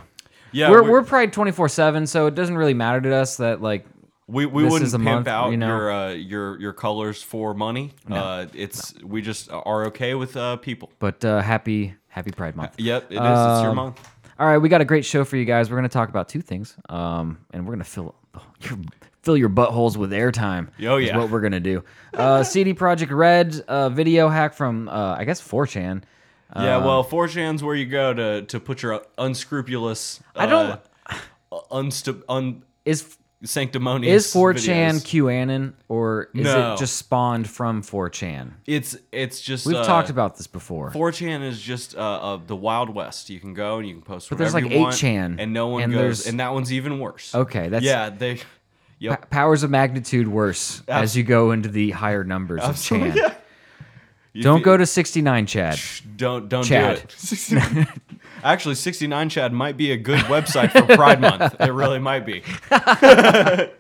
Yeah, we're, we- we're, Pride twenty four seven, so it doesn't really matter to us that like We, we This wouldn't is a pimp month, out you know? your uh, your your colors for money. Uh, it's we just are okay with uh, people. but uh, happy happy Pride Month. Yep, it is. it's your Um, month. All right, we got a great show for you guys. We're gonna talk about two things, um, and we're gonna fill your, fill your buttholes with airtime. Oh, is yeah. what we're gonna do. Uh, CD Project Red uh, video hack from uh, I guess 4chan. Yeah, Uh, well, 4chan's where you go to to put your unscrupulous. I don't- Uh, unstu- un- Is sanctimonious. Is 4chan videos. QAnon or is No. it just spawned from 4chan? It's it's just We've uh, talked about this before. 4chan is just uh, uh, the Wild West. You can go and you can post. But there's, like, you want, 8chan, and no one and goes. there's- And that one's even worse. Okay, that's yeah, they. Yep. p- powers of magnitude worse as you go into the higher numbers of Chan. You Don't fe- go to 69 Chad. Don't don't Chad. do it. 69 Actually, 69 Chad might be a good website for Pride Month. It really might be. that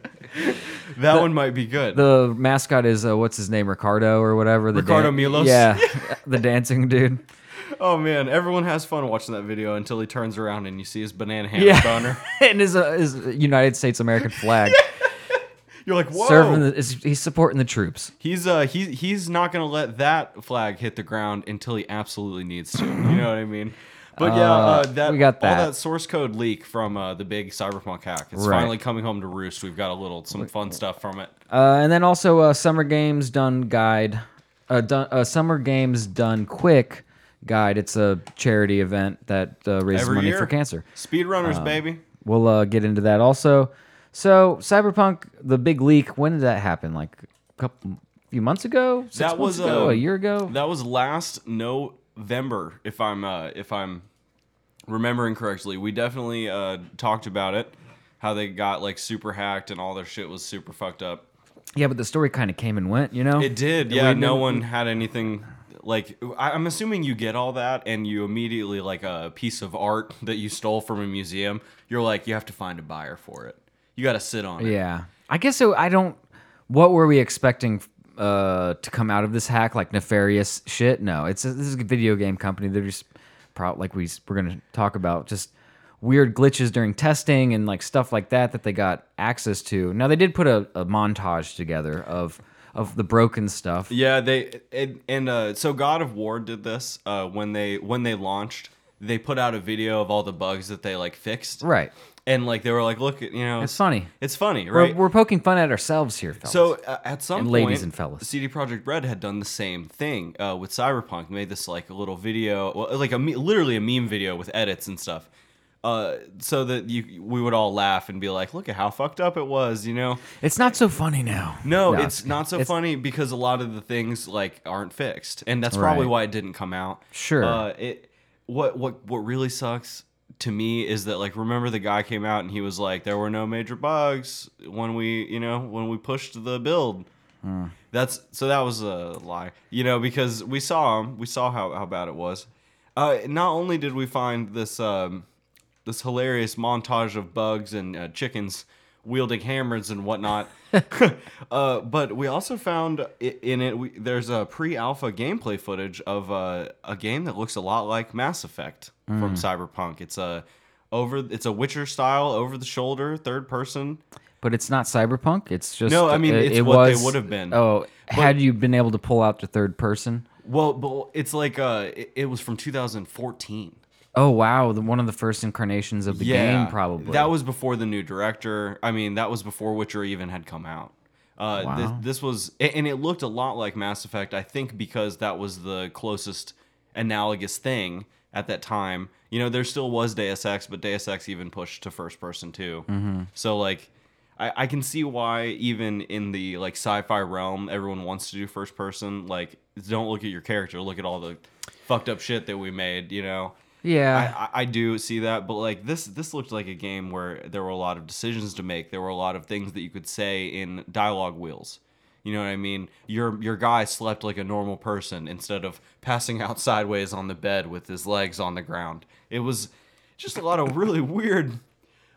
one might be good. The mascot is uh, what's his name, Ricardo or whatever. The Ricardo Milos? Yeah, the dancing dude. oh man, everyone has fun watching that video until he turns around and you see his banana hammock Yeah. boner. and his uh, his United States American flag. You're like, whoa. Serving, the, is, he's supporting the troops. he's uh he he's not gonna let that flag hit the ground until he absolutely needs to. You know what I mean? But yeah, uh, Uh, that we got all that. that source code leak from uh, the big cyberpunk hack. It's Right. finally coming home to roost. We've got a little some fun stuff from it. Uh, and then also uh, summer games done guide, uh, done, uh, summer games done quick guide. It's a charity event that uh, raises Every money year. for cancer. Speedrunners, Um, baby. We'll uh, get into that also. So Cyberpunk, the big leak. When did that happen? Like a couple, few months ago? Six That months was ago, uh, Oh, a year ago. That was last November, if I'm uh, if I'm remembering correctly. We definitely uh, talked about it, how they got like super hacked and all their shit was super fucked up. yeah, but the story kind of came and went. You know, It did, yeah. We no knew- one had anything. Like I- I'm assuming you get all that, and you immediately like a piece of art that you stole from a museum. You're like, you have to find a buyer for it. You got to sit on it. Yeah, I guess so. I don't. What were we expecting uh, to come out of this hack? Like nefarious shit? No, it's this is a video game company. They're just proud, like we s- we're gonna talk about just weird glitches during testing and like stuff like that that they got access to. Now they did put a, a montage together of of the broken stuff. Yeah, they and, and uh, so God of War did this uh, when they when they launched. They put out a video of all the bugs that they like fixed, Right. And like they were like, look, you know, It's funny. It's funny, right? We're, we're poking fun at ourselves here, fellas. so uh, at some And point, ladies and fellas. CD Project Red had done the same thing uh, with Cyberpunk. Made this like a little video, well, like a me- literally a meme video with edits and stuff. Uh, so that you we would all laugh and be like, look at how fucked up it was, you know. it's not so funny now. No, No, it's not so it's- funny because a lot of the things like aren't fixed, and that's Right. probably why it didn't come out. Sure. Uh, it what what what really sucks to me is that like remember the guy came out and he was like there were no major bugs when we you know when we pushed the build. Hmm. That's so that was a lie, you know, because we saw him, we saw how how bad it was. Uh, not only did we find this um, this hilarious montage of bugs and uh, chickens wielding hammers and whatnot. uh, but we also found i- in it we, there's a pre-alpha gameplay footage of uh, a game that looks a lot like Mass Effect from Cyberpunk. It's a over it's a Witcher style over the shoulder third person. But it's not cyberpunk. It's just No, I mean, it, it's it what they was- would've been. Oh, had you been able to pull out the third person? Well, but it's like uh, it, it was from 2014. Oh wow, the, one of the first incarnations of the Yeah, game probably. That was before the new director. I mean, that was before Witcher even had come out. Uh, thi- Wow. this, was, a- and it looked a lot like Mass Effect. I think because that was the closest analogous thing at that time. You know, there still was Deus Ex, but Deus Ex even pushed to first person too. Mm-hmm. So like, I, I can see why even in the like sci-fi realm, everyone wants to do first person. Like, don't look at your character, look at all the fucked up shit that we made. You know. yeah. I, I- I do see that, but like this, this looked like a game where there were a lot of decisions to make. There were a lot of things that you could say in dialogue wheels. You know what I mean? Your your guy slept like a normal person instead of passing out sideways on the bed with his legs on the ground. It was just a lot of really weird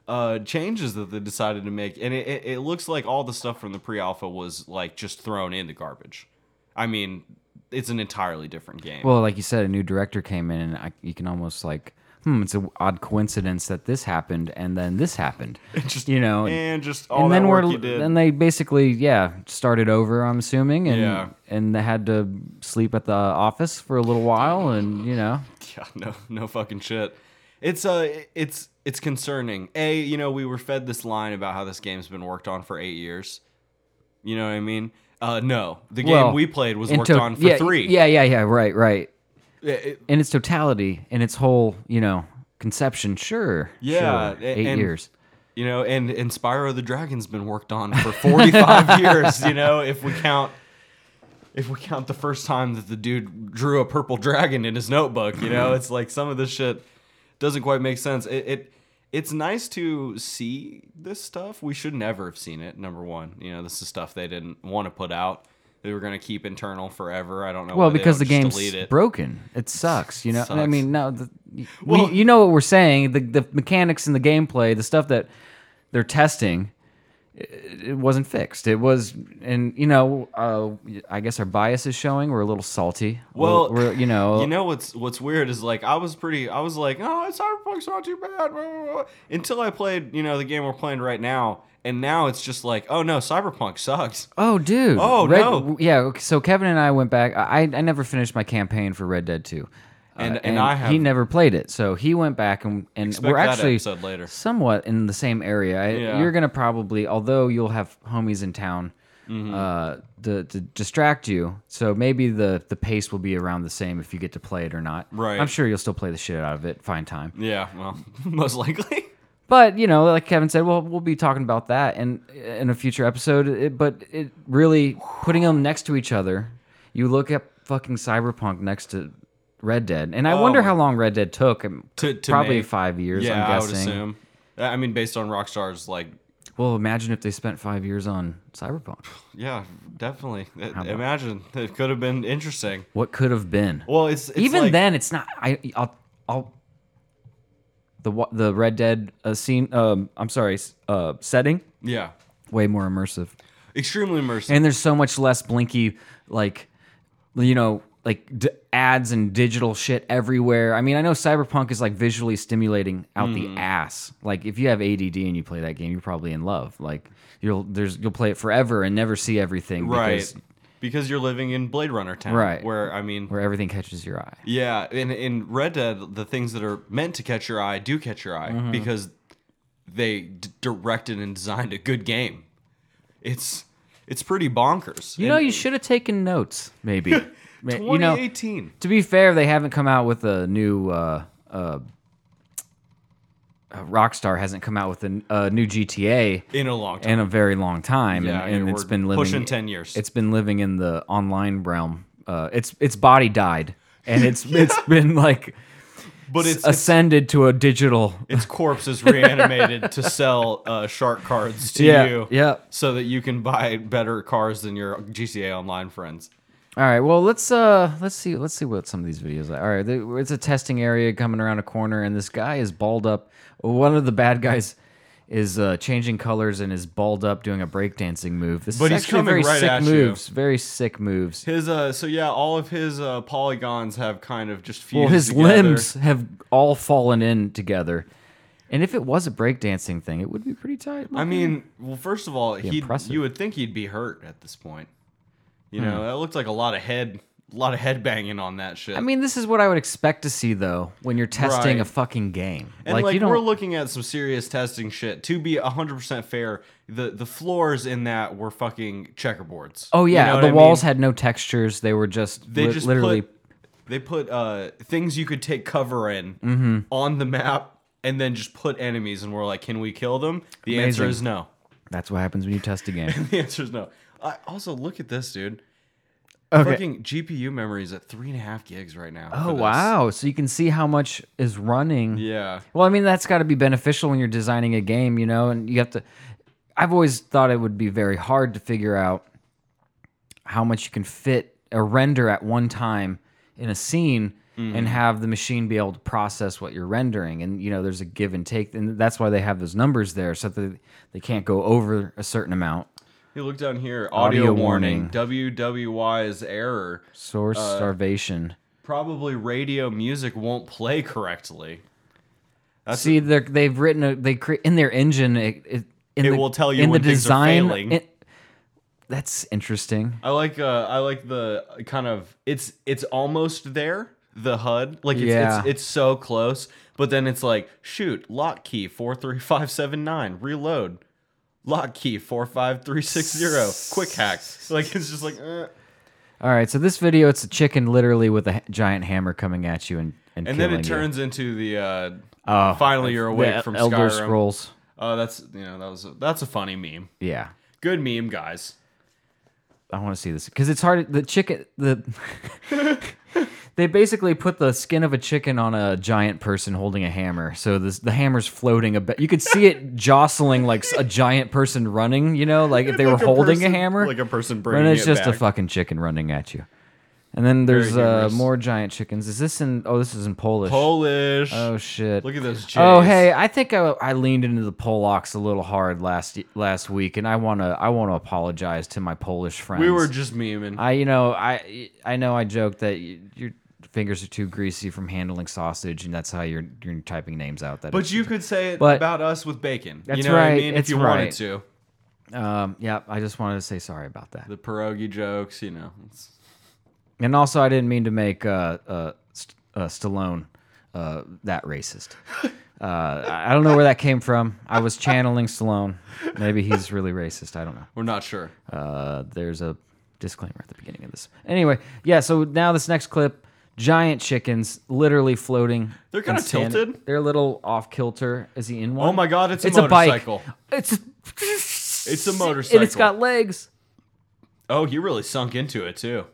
uh, changes that they decided to make, and it, it, it looks like all the stuff from the pre-alpha was like just thrown in the garbage. I mean, it's an entirely different game. well, like you said, a new director came in, and I, you can almost like, hmm, it's an odd coincidence that this happened and then this happened. just- you know, and just all and that then work we're you did. then they basically yeah started over. I'm assuming, and Yeah. and they had to sleep at the office for a little while, and you know, Yeah, no, no fucking shit. It's uh, it's it's concerning. A, you know, we were fed this line about how this game's been worked on for eight years. You know what I mean? Uh, no, the game Well, we played was in worked to- on for yeah, three. Yeah, yeah, yeah. Right, right. It- it- in its totality, in its whole, you know, conception, sure. Yeah, sure. a- eight and- years. you know, and and Spyro the Dragon's been worked on for forty five years. You know, if we count. If we count the first time that the dude drew a purple dragon in his notebook, you Mm-hmm. know, it's like some of this shit doesn't quite make sense. It, it it's nice to see this stuff. We should never have seen it. Number one, you know, this is stuff they didn't want to put out. They were gonna keep internal forever. I don't know. Well, why they because the don't just game's delete it. broken, it sucks. You know, I Sucks. mean, no, the, y- Well- we, you know what we're saying. The the mechanics and the gameplay, the stuff that they're testing, it, it wasn't fixed. It was, and you know, uh, I guess our bias is showing. We're a little salty. Well, we're, we're, you know, You know what's what's weird is like I was pretty I was like, oh, Cyberpunk's not too bad. blah, blah, blah," Until I played, you know, the game we're playing right now, and now it's just like, oh no, Cyberpunk sucks. Oh, dude. Oh, Red, no. Yeah. okay, So Kevin and I went back. I I never finished my campaign for Red Dead Two, Uh, And- and I have- he never played it. So he went back and and Expect we're that actually episode later. somewhat in the same area. I, Yeah. You're gonna probably, although you'll have homies in town. Mm-hmm. Uh, to, to distract you, so maybe the the pace will be around the same if you get to play it or not. Right. I'm sure you'll still play the shit out of it, find time. Yeah, well, most likely. But you know, like Kevin said, well, we'll be talking about that in in a future episode. It, but it really putting them next to each other, you look at fucking Cyberpunk next to Red Dead, and I Oh wonder my- how long Red Dead took. um, To- to probably make. five years. yeah, I'm I would guessing. assume. I I mean, based on Rockstar's, like, Well, imagine if they spent five years on Cyberpunk. yeah, definitely. Imagine it could have been interesting. What could have been? Well, it's, it's Even like- then, it's not. I, I'll, I'll. The wa- the Red Dead uh, scene. Um, I'm sorry. s- Uh, setting yeah, way more immersive. extremely immersive. and there's so much less blinky like you know like d- ads and digital shit everywhere i mean i know cyberpunk is like visually stimulating out the ass like if you have add and you play that game you're probably in love like you'll there's you'll play it forever and never see everything right, because, because you're living in Blade Runner town, Right. Where I mean, where everything catches your eye Yeah, in in Red Dead, the things that are meant to catch your eye do catch your eye Mm-hmm. because they d- directed and designed a good game. It's it's pretty bonkers. you know you should have taken notes maybe Ma- you know 2018. to be fair, they haven't come out with a new. Uh, uh, uh, Rockstar hasn't come out with a n- a new GTA in a long time. in a very long time, Yeah, and, and yeah, it's we're been living pushing 10 years. It's been living in the online realm. Uh, its its body died, and it's it's been like but it's, it's ascended to a digital. its corpse is reanimated to sell uh, shark cards to Yeah, you, yeah. so that you can buy better cars than your GCA online friends. All right. Well, let's uh let's see let's see what some of these videos are. All right, there- it's a testing area coming around a corner, and this guy is balled up. One of the bad guys is uh, changing colors and is balled up doing a breakdancing move. This But is he's actually coming very right sick at you. moves. Very sick moves. His uh, so yeah, all of his uh, polygons have kind of just fused Well, his together. limbs have all fallen in together. And if it was a breakdancing thing, it would be pretty tight. I mean, well, first of all, he impressive. Hmm. you would think he'd be hurt at this point. You know, that looked like a lot of head, a lot of head banging on that shit. I mean, this is what I would expect to see though when you're testing Right. a fucking game. and like, we're looking at some serious testing shit. To be hundred percent fair, the the floors in that were fucking checkerboards. Oh You yeah, know what the I walls mean? had no textures. They were just they li- just literally put they put uh things you could take cover in Mm-hmm. on the map, and then just put enemies, and we're like, can we kill them? The answer Amazing. is no. That's what happens when you test a game. The answer is no. I, also, look at this, dude. Okay. Fucking GPU memory is at three and a half gigs right now. for oh this. wow! So you can see how much is running. Yeah. Well, I mean that's got to be beneficial when you're designing a game, you know, and you have to. I've always thought it would be very hard to figure out how much you can fit a render at one time in a scene Mm-hmm. and have the machine be able to process what you're rendering. And you know, there's a give and take, and that's why they have those numbers there, so that they can't go over a certain amount. Hey, look down here. Audio Audio, warning. WWY is error. Source Uh, starvation. Probably radio music won't play correctly. See, they're, they've written a, they cre- in their engine. It, it, in It the, will tell you in when the things are design. failing. it- that's interesting. I like. Uh, I like the kind of. It's it's almost there. The HUD, like it's Yeah. it's, it's so close, but then it's like shoot lock key four three five seven nine reload. Lock key four five three six zero quick hack like it's just like eh. All right, so this video, it's a chicken literally with a ha- giant hammer coming at you and and, and then killing it turns into the uh, you. Oh, finally you're the awake El- from Elder Skyrim. Scrolls. Oh, that's you know that was a, that's a funny meme. Yeah, Good meme, guys. I want to see this because it's hard. The chicken, the they basically put the skin of a chicken on a giant person holding a hammer. So this the hammer's floating a bit. You could see it jostling like s- a giant person running. You know, like if they Like were holding person- a hammer, like a person bringing and it's it just back. a fucking chicken running at you. And then there's Very uh, humorous. more giant chickens. Is this in? Oh, this is in Polish. Polish. oh shit! Look at those. J's. Oh hey, I think I, I leaned into the Polacks a little hard last last week, and I wanna I wanna apologize to my Polish friends. we were just memeing. I you know I I know I joke that y your fingers are too greasy from handling sausage, and that's how you're you're typing names out. That but you could say it But- about us with bacon. That's you know what I right, mean? it's If you right. wanted to, um yeah, I just wanted to say sorry about that. the pierogi jokes. You know, it's, And also, I didn't mean to make uh, uh, St- uh, Stallone uh, that racist. Uh, I I don't know where that came from. I was channeling Stallone. Maybe he's really racist. I don't know. we're not sure. Uh, there's a disclaimer at the beginning of this. Anyway, yeah. So now this next clip, giant chickens literally floating. They're kinda and standing- tilted. They're a little off kilter. Is he in one? Oh my God, it's a motorcycle. bike. It's It's a and it's motorcycle. got legs. Oh, he really sunk into it too.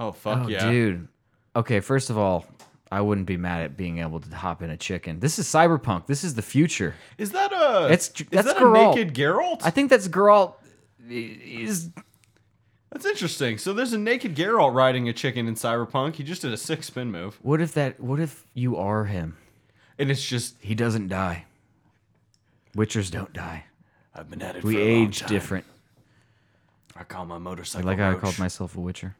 Oh fuck Oh, yeah, dude. Okay, first of all, I wouldn't be mad at being able to hop in a chicken. This is cyberpunk. This is the future. Is that a? It's- is that's that Geralt. a naked Geralt? I think that's Geralt. Is that's interesting. So there's a naked Geralt riding a chicken in Cyberpunk. He just did a six spin move, what if that? What if you are him? and it's just He doesn't die. Witchers don't die. I've been at it. We for a long age time. different. I call my motorcycle. Like how I Roach. called myself a Witcher.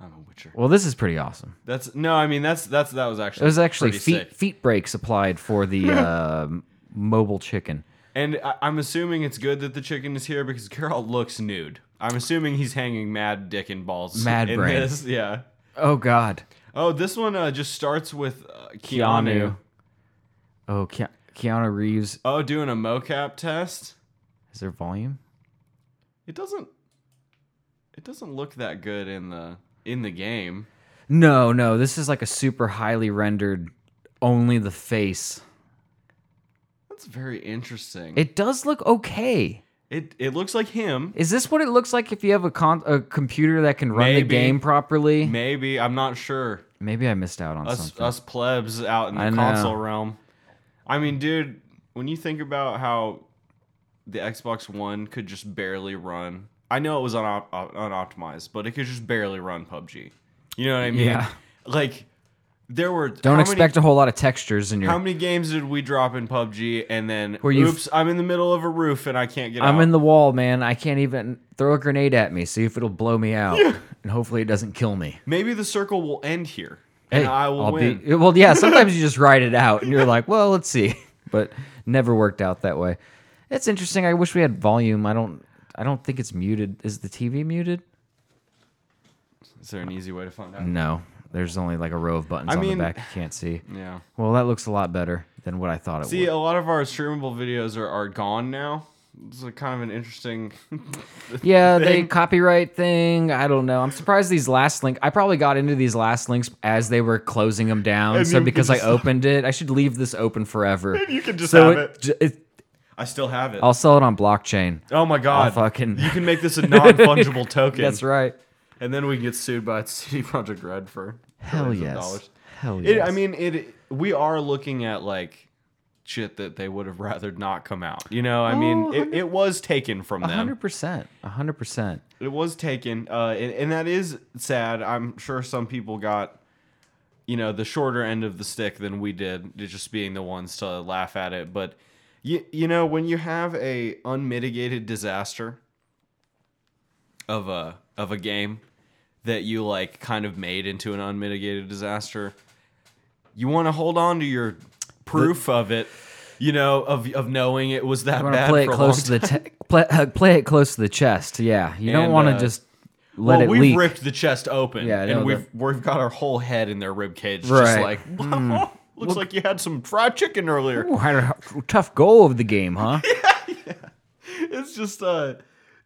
I'm a witcher. Well, this is pretty awesome. That's no. I mean, that's that's that was actually. It was actually pretty feet sick. feet brakes applied for the um mobile chicken. And I, I'm assuming it's good that the chicken is here because Geralt looks nude. I'm assuming he's hanging mad dick and balls. Mad in brain. This. Yeah. Oh God, Oh, this one uh, just starts with uh, Keanu. Oh, Ke- Keanu Reeves. Oh, doing a mocap test. Is there volume? It doesn't. It doesn't look that good in the in the game. No, no, this is like a super highly rendered, only the face. That's very interesting. It It does look okay. it, looks like him. Is this what it looks like if you have a con- a computer that can run the Maybe. game properly? Maybe, Maybe I'm not sure. I missed out on us uh, something. us plebs out in I the know. console realm. I mean, dude, when you think about how the Xbox One could just barely run I know it was unop- uh, unoptimized, but it could just barely run PUBG. You know what I mean? Yeah. Like there were Don't how many- expect a whole lot of textures in your. how many games did we drop in PUBG and then Where you've- oops, I'm in the middle of a roof and I can't get I'm out. in the wall, man. I can't even throw a grenade at me. See if it'll blow me out, and hopefully it doesn't kill me. Maybe the circle will end here and Hey, I will I'll win. Be, well, yeah. Sometimes you just ride it out, and you're like, well, let's see. But never worked out that way. It's interesting. I wish we had volume. I don't. I don't think it's muted. Is the TV muted? Is there an easy way to find out? No. There's only like a row of buttons I on mean- the back you can't see. Yeah. Well, that looks a lot better than what I thought it See, would. a lot of our streamable videos are, are gone now. It's a kind of an interesting. Yeah, they thing. copyright thing. I don't know. I'm surprised these last link. I probably got into these last links as they were closing them down. And so you because just- I opened it, I should leave this open forever. you can just so have it, it. j- it. I still have it. I'll sell it on blockchain. oh my god! fucking- You can make this a non fungible token. That's right. And then we can get sued by CD Project Red for Hell billions of yes. dollars. Hell yes. It, I mean, it. We are looking at like shit that they would have rather not come out. You know, I Oh, mean, it, it was taken from them. hundred percent. hundred percent. It was taken, uh, and, and that is sad. I'm sure some people got, you know, the shorter end of the stick than we did, just being the ones to laugh at it. But you, you know, when you have a unmitigated disaster of a of a game that you like kind of made into an unmitigated disaster, you want to hold on to your proof of it. You know, of of knowing it was that I want to bad. play it for a close long to the te- play, uh, play it close to the chest. Yeah, you don't And, want to uh, just let well, it we've leak. ripped the chest open, Yeah, I know and we've we've got our whole head in their rib cage, just Right. Mm. like looks like you had some fried chicken earlier. Ooh, had a h- tough goal of the game, huh? It's just uh,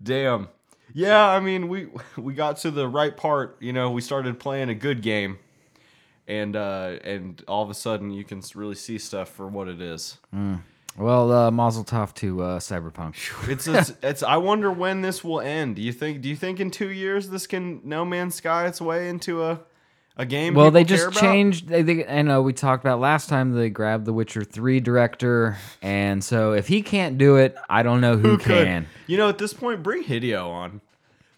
damn. Yeah, I mean we we got to the right part, you know. We started playing a good game, and uh, and all of a sudden you can s- really see stuff for what it is. well, uh, Mazel Tov to uh, Cyberpunk. It's it's, it's I wonder when this will end. Do you think do you think in two years this can No Man's Sky its way into a a game? Well, they people care just about? changed. They, they, I know we talked about last time. They grabbed the Witcher Three director, and so if he can't do it, I don't know who, Who could? can. You know, at this point, bring Hideo on.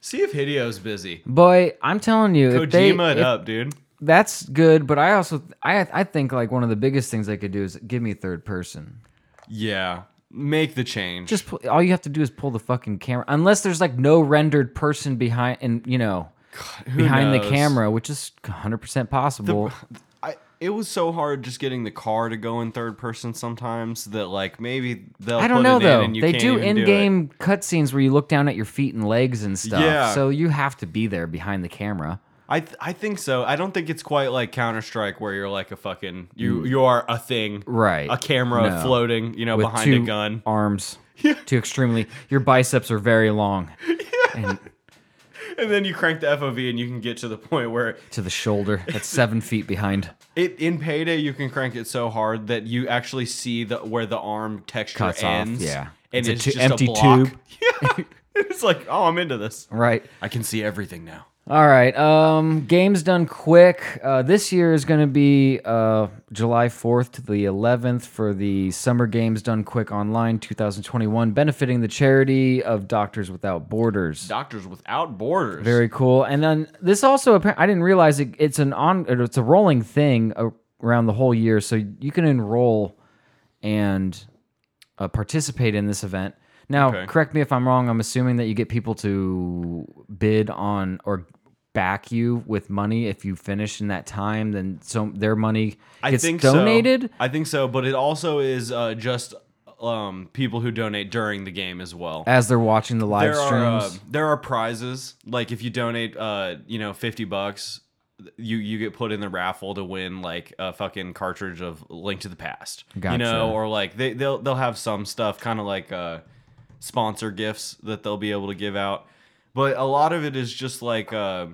See if Hideo's busy. Boy, I'm telling you, if they, Kojima it if- up, dude. that's good. But I also, I, I think like one of the biggest things they could do is give me third person. Yeah, make the change. Just pu- all you have to do is pull the fucking camera, unless there's like no rendered person behind, and you know, behind the knows? camera, which is 100 percent possible. I, it was so hard just getting the car to go in third person sometimes that like maybe they'll. I don't put know it though. In and you They can't do even it. in-game cutscenes where you look down at your feet and legs and stuff. Yeah. So you have to be there behind the camera. I th- I think so. I don't think it's quite like Counter Strike where you're like a fucking you you are a thing, Mm. Right. A camera No. floating, you know, With behind two a gun. arms, two extremely. Your biceps are very long And then you crank the FOV and you can get to the point where to the shoulder. That's seven feet behind. It in payday you can crank it so hard that you actually see the where the arm texture Cuts off, ends. yeah. and It's a it's, tu- just empty a block. tube. Yeah, it's like oh, I'm into this. Right. I can see everything now. All right. Um, games done quick. Uh, this year is going to be uh, July 4th to the 11th for the Summer Games Done Quick Online 2021, benefiting the charity of Doctors Without Borders. Doctors without borders. Very cool. And then this also, appar- I didn't realize it, it's an on, it's a rolling thing a- around the whole year, so you can enroll and uh, participate in this event. Now, Okay. correct me if I'm wrong. I'm assuming that you get people to bid on or back you with money if you finish in that time. Then so their money I gets think donated. So. I think so, but it also is uh, just um, people who donate during the game as well. As they're watching the live there are uh, streams, there are prizes like if you donate uh, you know fifty bucks. You, you get put in the raffle to win like a fucking cartridge of Link to the Past, you Gotcha. know, or like they they'll they'll have some stuff kind of like uh, sponsor gifts that they'll be able to give out, but a lot of it is just like uh,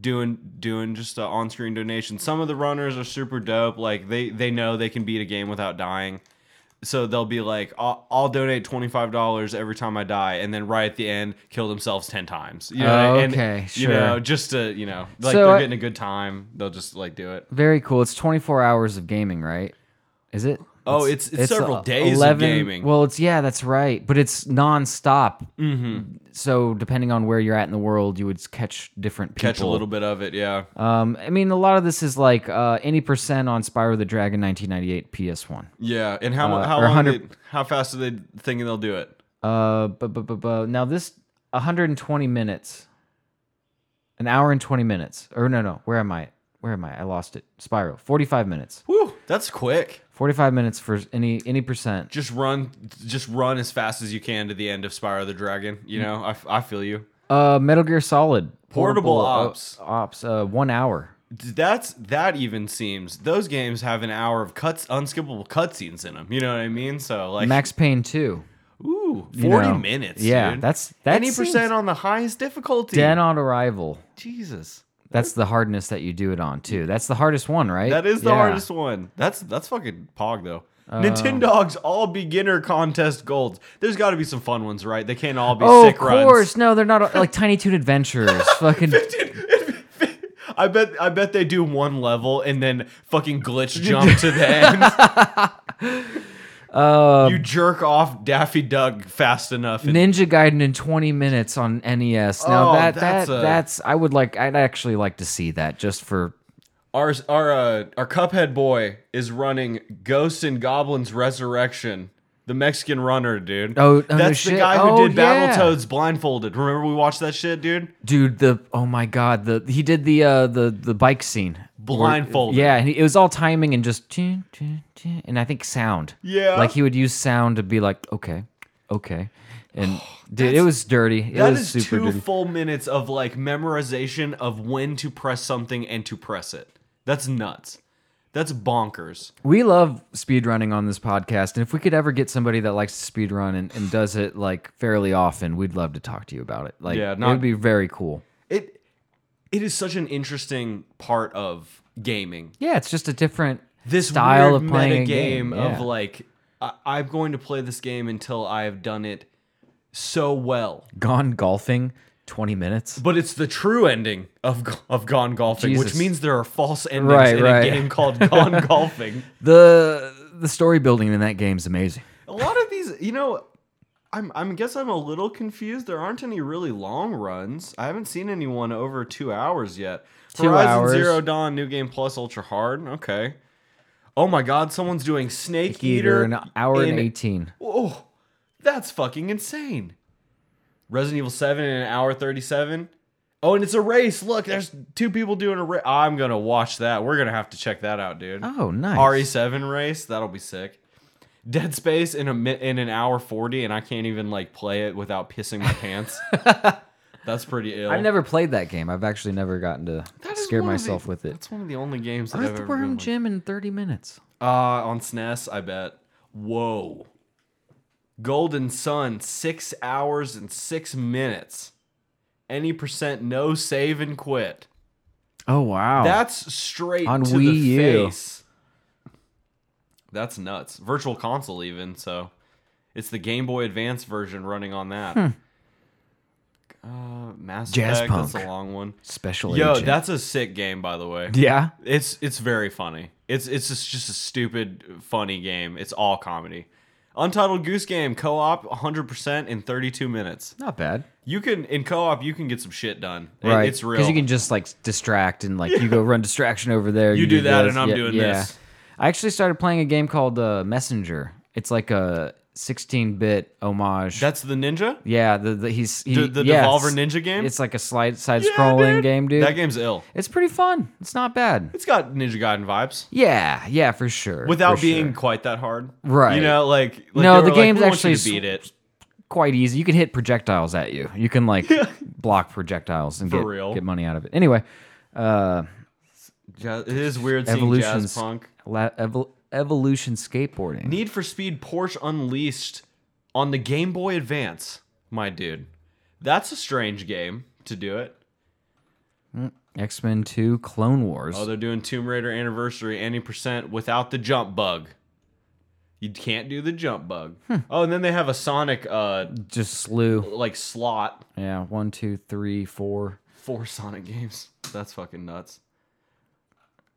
doing doing just uh, on screen donation. Some of the runners are super dope. Like they they know they can beat a game without dying, so they'll be like, "I'll, I'll donate twenty five dollars every time I die," and then right at the end, kill themselves ten times. You know, Oh, and, okay, You know, sure. just to you know, like So they're I- getting a good time, they'll just like do it. very cool. It's 24 hours of gaming, right? Is it? Oh, it's it's, several a- days of gaming. Well, it's yeah, that's right, but it's nonstop. Mm-hmm. So depending on where you're at in the world, you would catch different people. Catch a little bit of it, yeah. Um, I mean, a lot of this is like uh, any percent on Spyro the Dragon 1998 PS1. Yeah, and how mu- Uh, how or long? 100 they- how fast are they thinking they'll do it? Uh, but, but, but, but now this 120 minutes, an hour and 20 minutes. Or no, no, where am I? Where am I? I lost it. Spyro, 45 minutes. Whew, that's quick. 45 minutes for any any percent. Just run, just run as fast as you can to the end of Spyro the Dragon. Mm. You know, I, f- I feel you. Uh, Metal Gear Solid Portable uh, ops. ops. Uh, one hour. That's that even seems those games have an hour of cuts, unskippable cutscenes in them. You know what I mean? So like, Max Payne two. ooh, forty you know. minutes. Yeah, dude. that's that any seems percent on the highest difficulty. dead on arrival. Jesus, That's the hardness that you do it on too. That's the hardest one, right? that is the Yeah. Uh, hardest one. That's that's fucking pog though. Nintendogs all beginner contest golds. There's got to be some fun ones, right? They can't all be Oh, sick of runs. course. No, they're not like Tiny Toon Adventures. Fucking I bet I bet they do one level and then fucking glitch jump to the end. Um, you jerk off Daffy Duck fast enough. And, Ninja Gaiden in 20 minutes on NES. Now Oh, that that's that a- that's I would like I'd actually like to see that just for our our uh, our Cuphead boy is running Ghosts and Goblins Resurrection. The Mexican runner, dude. Oh, oh, no that's the shit. guy who Oh, did yeah. Battletoads blindfolded. Remember we watched that shit, dude? dude the oh my god the he did the uh the the bike scene Blindfolded. yeah and he- it was all timing and just tune, tune, tune, and I think sound Yeah. like he would use sound to be like okay okay and dude it was dirty it Oh, That was is super two dirty full minutes of like memorization of when to press something and to press it. That's nuts. That's bonkers. we love speedrunning on this podcast and if we could ever get somebody that likes to speedrun and, and does it like fairly often we'd love to talk to you about it like Yeah, it not- would be very cool It it is such an interesting part of gaming. yeah it's just a different This style weird of playing meta a game, game, yeah. of like I, I'm going to play this game until I have done it so well. gone golfing 20 minutes But it's the true ending of G- of Gone Golfing, which Jesus. means there are false endings Right, in right. a game called Gone Golfing. the the story building in that game is amazing A lot of these, you know, I'm I'm guess I'm a little confused. There aren't any really long runs. I haven't seen anyone over two hours yet. Two Horizon hours. Zero Dawn, New Game Plus, Ultra Hard. Okay. Oh my God! Someone's doing Snake, Eater Eater an hour and in- 18. Oh, that's fucking insane. Resident Evil Seven in an hour thirty-seven. Oh, and it's a race. Look, there's two people doing a race. I'm gonna watch that. We're gonna have to check that out, dude. Oh, nice. RE7 race. That'll be sick. Dead Space in a mi- in an hour 40 and I can't even like play it without pissing my pants. That's pretty ill. I've never played that game. I've actually never gotten to That is scare one of myself the, with it. That's one of the only games that I've ever been Earthworm like- Jim in 30 minutes. Uh on SNES, I bet. Whoa. Golden Sun 6 hours and 6 minutes. Any percent no save and quit. Oh, wow. That's straight On to Wii the U. face. That's nuts. Virtual console even, so it's the Game Boy Advance version running on that. Uh, Mass Hmm. Jazz Effect, that's Punk. a long one. Special Yo, agent. that's a sick game by the way. yeah. It's it's very funny. It's it's just, just a stupid funny game. It's all comedy. Untitled Goose Game co-op 100% in 32 minutes. Not bad. You can in co-op you can get some shit done. It- Right. It's real. Because you can just like distract and like you go run distraction over there. You do that this. and I'm doing this. I actually started playing a game called uh, Messenger. It's like a 16 bit homage. That's the ninja? yeah. The, the, he's, he, The- the yeah, Devolver it's- Ninja game? It's like a slide, side Yeah, scrolling game, dude. That game's ill. It's pretty fun. It's not bad. It's got Ninja Gaiden vibes Yeah, yeah, for sure. without for being sure. quite that hard. Right. You know, like, like No, they were the like, game's "We want actually you s- to beat it quite easy. You can hit projectiles at you. You can like block projectiles and For get real. get money out of it. Anyway, uh, Ja- It is weird seeing evolution's jazz punk. la- evol- evolution skateboarding. Need for Speed Porsche Unleashed on the Game Boy Advance, my dude. That's a strange game to do it. X Men Two, Clone Wars. Oh, they're doing Tomb Raider Anniversary any percent without the jump bug. You can't do the jump bug. Hmm. Oh, and then they have a Sonic uh Just slew. like slot Yeah, one, two, three, four. for Sonic games. That's fucking nuts.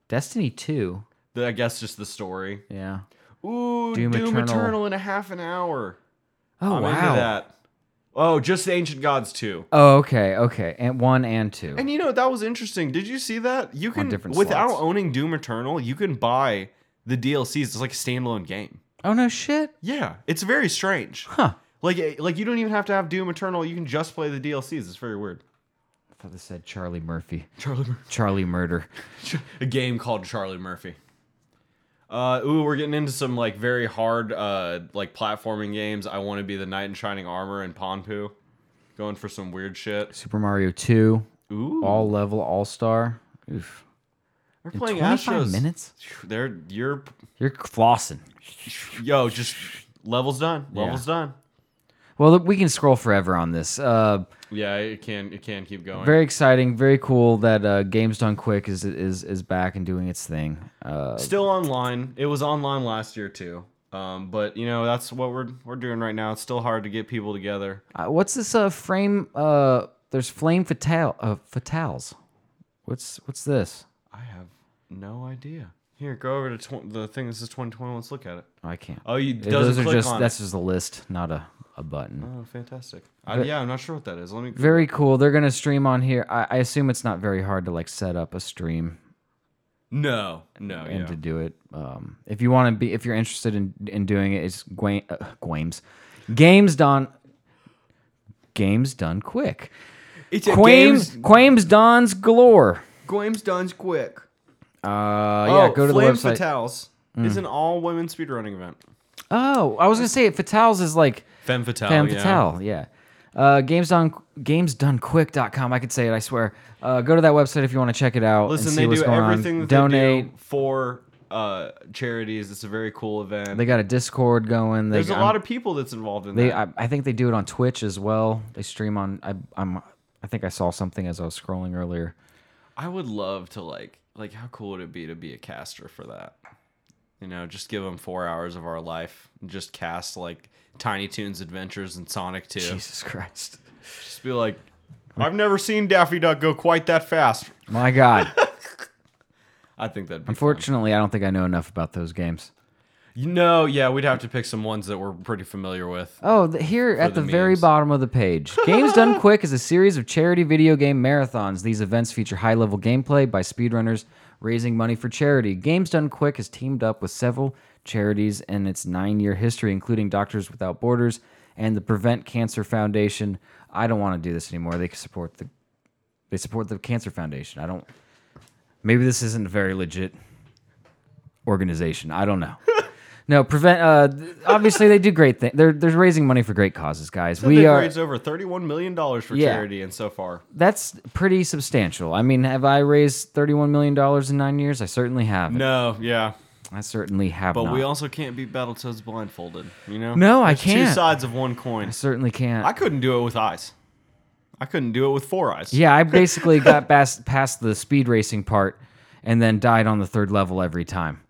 Destiny Two. The- I guess just the story. Yeah. Ooh, Doom Doom, Eternal. Eternal. in a half an hour. Oh I'm into wow. that. Oh, just Ancient Gods too. Oh okay, okay. And one and two. And you know that was interesting. Did you see that? You can different without slots. owning Doom Eternal, you can buy the DLCs. It's like a standalone game. oh no shit. Yeah, it's very strange. Huh. Like eh, like you don't even have to have Doom Eternal. You can just play the DLCs. It's very weird. I thought this said Charlie Murphy. Charlie, Mur- Charlie Murder. a game called Charlie Murphy. Uh, ooh, we're getting into some like very hard uh like platforming games. I want to be the knight in shining armor and Ponpu, going for some weird shit. Super Mario Two. Ooh, All level, all star. Oof. we're In playing 25 Astros. minutes. They're you're You're flossing. yo just levels done. Levels done. Well, we can scroll forever on this. Uh, Yeah, it can it can keep going. very exciting, very cool that uh, Games Done Quick is is is back and doing its thing. Uh, Still online. It was online last year too. Um, but you know that's what we're we're doing right now. It's still hard to get people together. uh, what's this? Uh, frame. Uh, there's Flame Fatale. Uh, fatales. What's what's this? I have no idea. Here, go over to tw- the thing. This is 2021. Let's look at it. Oh, I can't. Oh, you doesn't Yeah, those are click just on. that's That's just a list, not a a button. oh, fantastic. I, yeah, I'm not sure what that is. Let me. Very cool. They're gonna stream on here. I, I assume it's not very hard to like set up a stream No, no, and yeah. to do it. Um, if you want to be, if you're interested in in doing it, it's Gwa- uh, Gwames. Games done. Games done quick. It's a Quames Quames Don's galore. Games done's quick. Uh, yeah, go to the Flame website. Mm. Fatales is an all women speedrunning event. Oh, I was gonna say Fatales is like Femme Fatale. Femme Oh, yeah. Fatale. Yeah. Uh, games done gamesdonequick.com. I could say it. I swear. Uh, go to that website if you want to check it out. Listen, and see they what's do going on. everything that Donate. they do for uh, charities. It's a very cool event. They got a Discord going. They, There's a I'm- lot of people that's involved in They, that. I, I think they do it on Twitch as well. They stream on. I, I'm. I think I saw something as I was scrolling earlier. I would love to like like how cool would it be to be a caster for that? You know, just give them four hours of our life and just cast like Tiny Toons Adventures and Sonic Two. Jesus Christ! Just be like, I've never seen Daffy Duck go quite that fast. My God! I think that'd be fun. Unfortunately, I don't think I know enough about those games. You know, yeah, we'd have to pick some ones that we're pretty familiar with. Oh, the, here at the, the very memes. bottom of the page. Games Done Quick is a series of charity video game marathons. These events feature high level gameplay by speedrunners raising money for charity. Games Done Quick has teamed up with several charities in its nine year history, including Doctors Without Borders and the Prevent Cancer Foundation. I don't want to do this anymore. They support the they support the Cancer Foundation. I don't maybe this isn't a very legit organization. I don't know. No, prevent. Uh, th- obviously, they do great things. They're they're raising money for great causes, guys. They've We are. raised over thirty-one million dollars for Yeah. charity, and so far, That's pretty substantial. I mean, have I raised thirty-one million dollars in nine years? I certainly have. no, yeah, I certainly have. but not. we also can't beat Battletoads blindfolded. You know, No, I There's can't. Two sides of one coin. I certainly can't. I couldn't do it with eyes. I couldn't do it with four eyes. yeah, I basically got past past the speed racing part, and then died on the third level every time.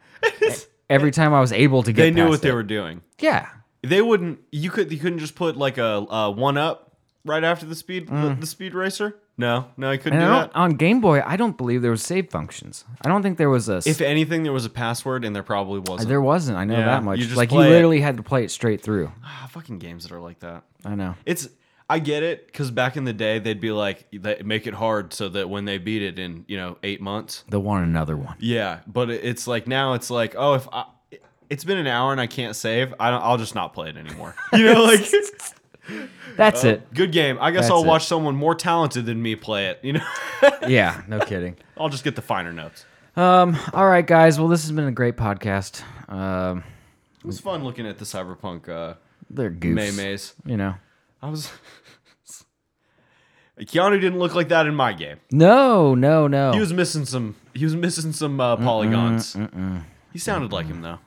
E- every time I was able to get. they knew past what they it. were doing. Yeah. They wouldn't. You could. You couldn't just put like a, a one up right after the speed. The, the speed racer. No, no, I couldn't Mm. And do I that. don't, on Game Boy, I don't believe there was save functions. I don't think there was a. if anything, there was a password, and there probably wasn't. there wasn't. I know Yeah, that much. you just like you play it. literally had to play it straight through. Ah, fucking games that are like that. I know. It's. I get it, because back in the day, they'd be like, they make it hard so that when they beat it in you know eight months. They'll want another one. Yeah, but it- it's like now it's like, oh, if I, it's been an hour and I can't save, I don't, I'll just not play it anymore. You know, like. That's it. Good game. I guess That's I'll it. watch someone more talented than me play it. You know, Yeah, no kidding. I'll just get the finer notes. Um, all right, guys. Well, this has been a great podcast. Um, It was fun looking at the cyberpunk uh, they're goofs. May Maze. You know. I was. Keanu didn't look like that in my game. No, no, no. He was missing some. He was missing some uh, polygons. He sounded like him though,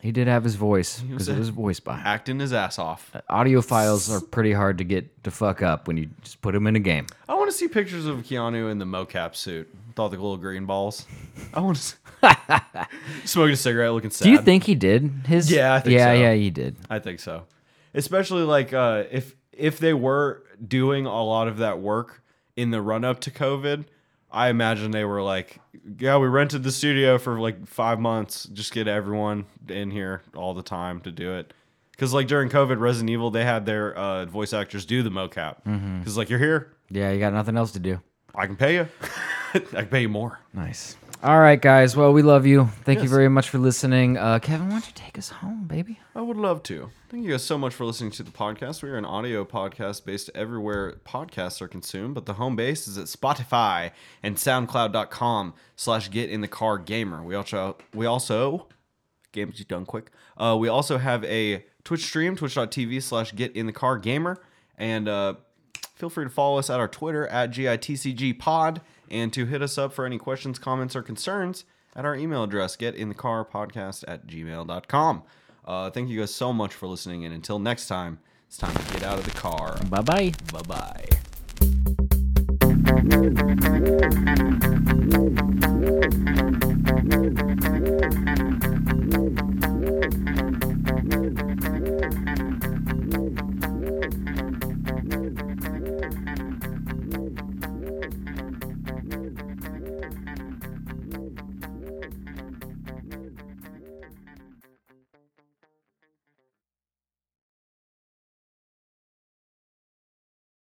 He did have his voice because it a- was voice by. acting his ass off. Audio files are pretty hard to get to fuck up when you just put them in a game. I want to see pictures of Keanu in the mocap suit with all the little green balls. I want to see... smoking a cigarette, looking sad. Do you think he did his? Yeah, I think yeah, so. yeah. He did. I think so. Especially like uh, if if they were doing a lot of that work in the run up to COVID, I imagine they were like, yeah, we rented the studio for like five months. Just get everyone in here all the time to do it. Because like during COVID, Resident Evil, they had their uh, voice actors do the mocap. Because like you're here, Yeah, you got nothing else to do. I can pay you. I can pay you more. Nice. All right, guys. Well, we love you. Thank you very much for listening. Uh, Kevin, why don't you take us home, baby? I would love to. Thank you guys so much for listening to the podcast. We are an audio podcast based everywhere podcasts are consumed, but the home base is at Spotify and SoundCloud.com slash Get In The Car Gamer. We also we also games you done quick. Uh, we also have a Twitch stream, twitch.tv slash Get In The Car Gamer, and uh, feel free to follow us at our Twitter at GITCG Pod, and to hit us up for any questions, comments, or concerns at our email address, getinthecarpodcast at gmail.com. Uh, thank you guys so much for listening, and until next time, it's time to get out of the car. Bye bye. Bye bye. Thank you.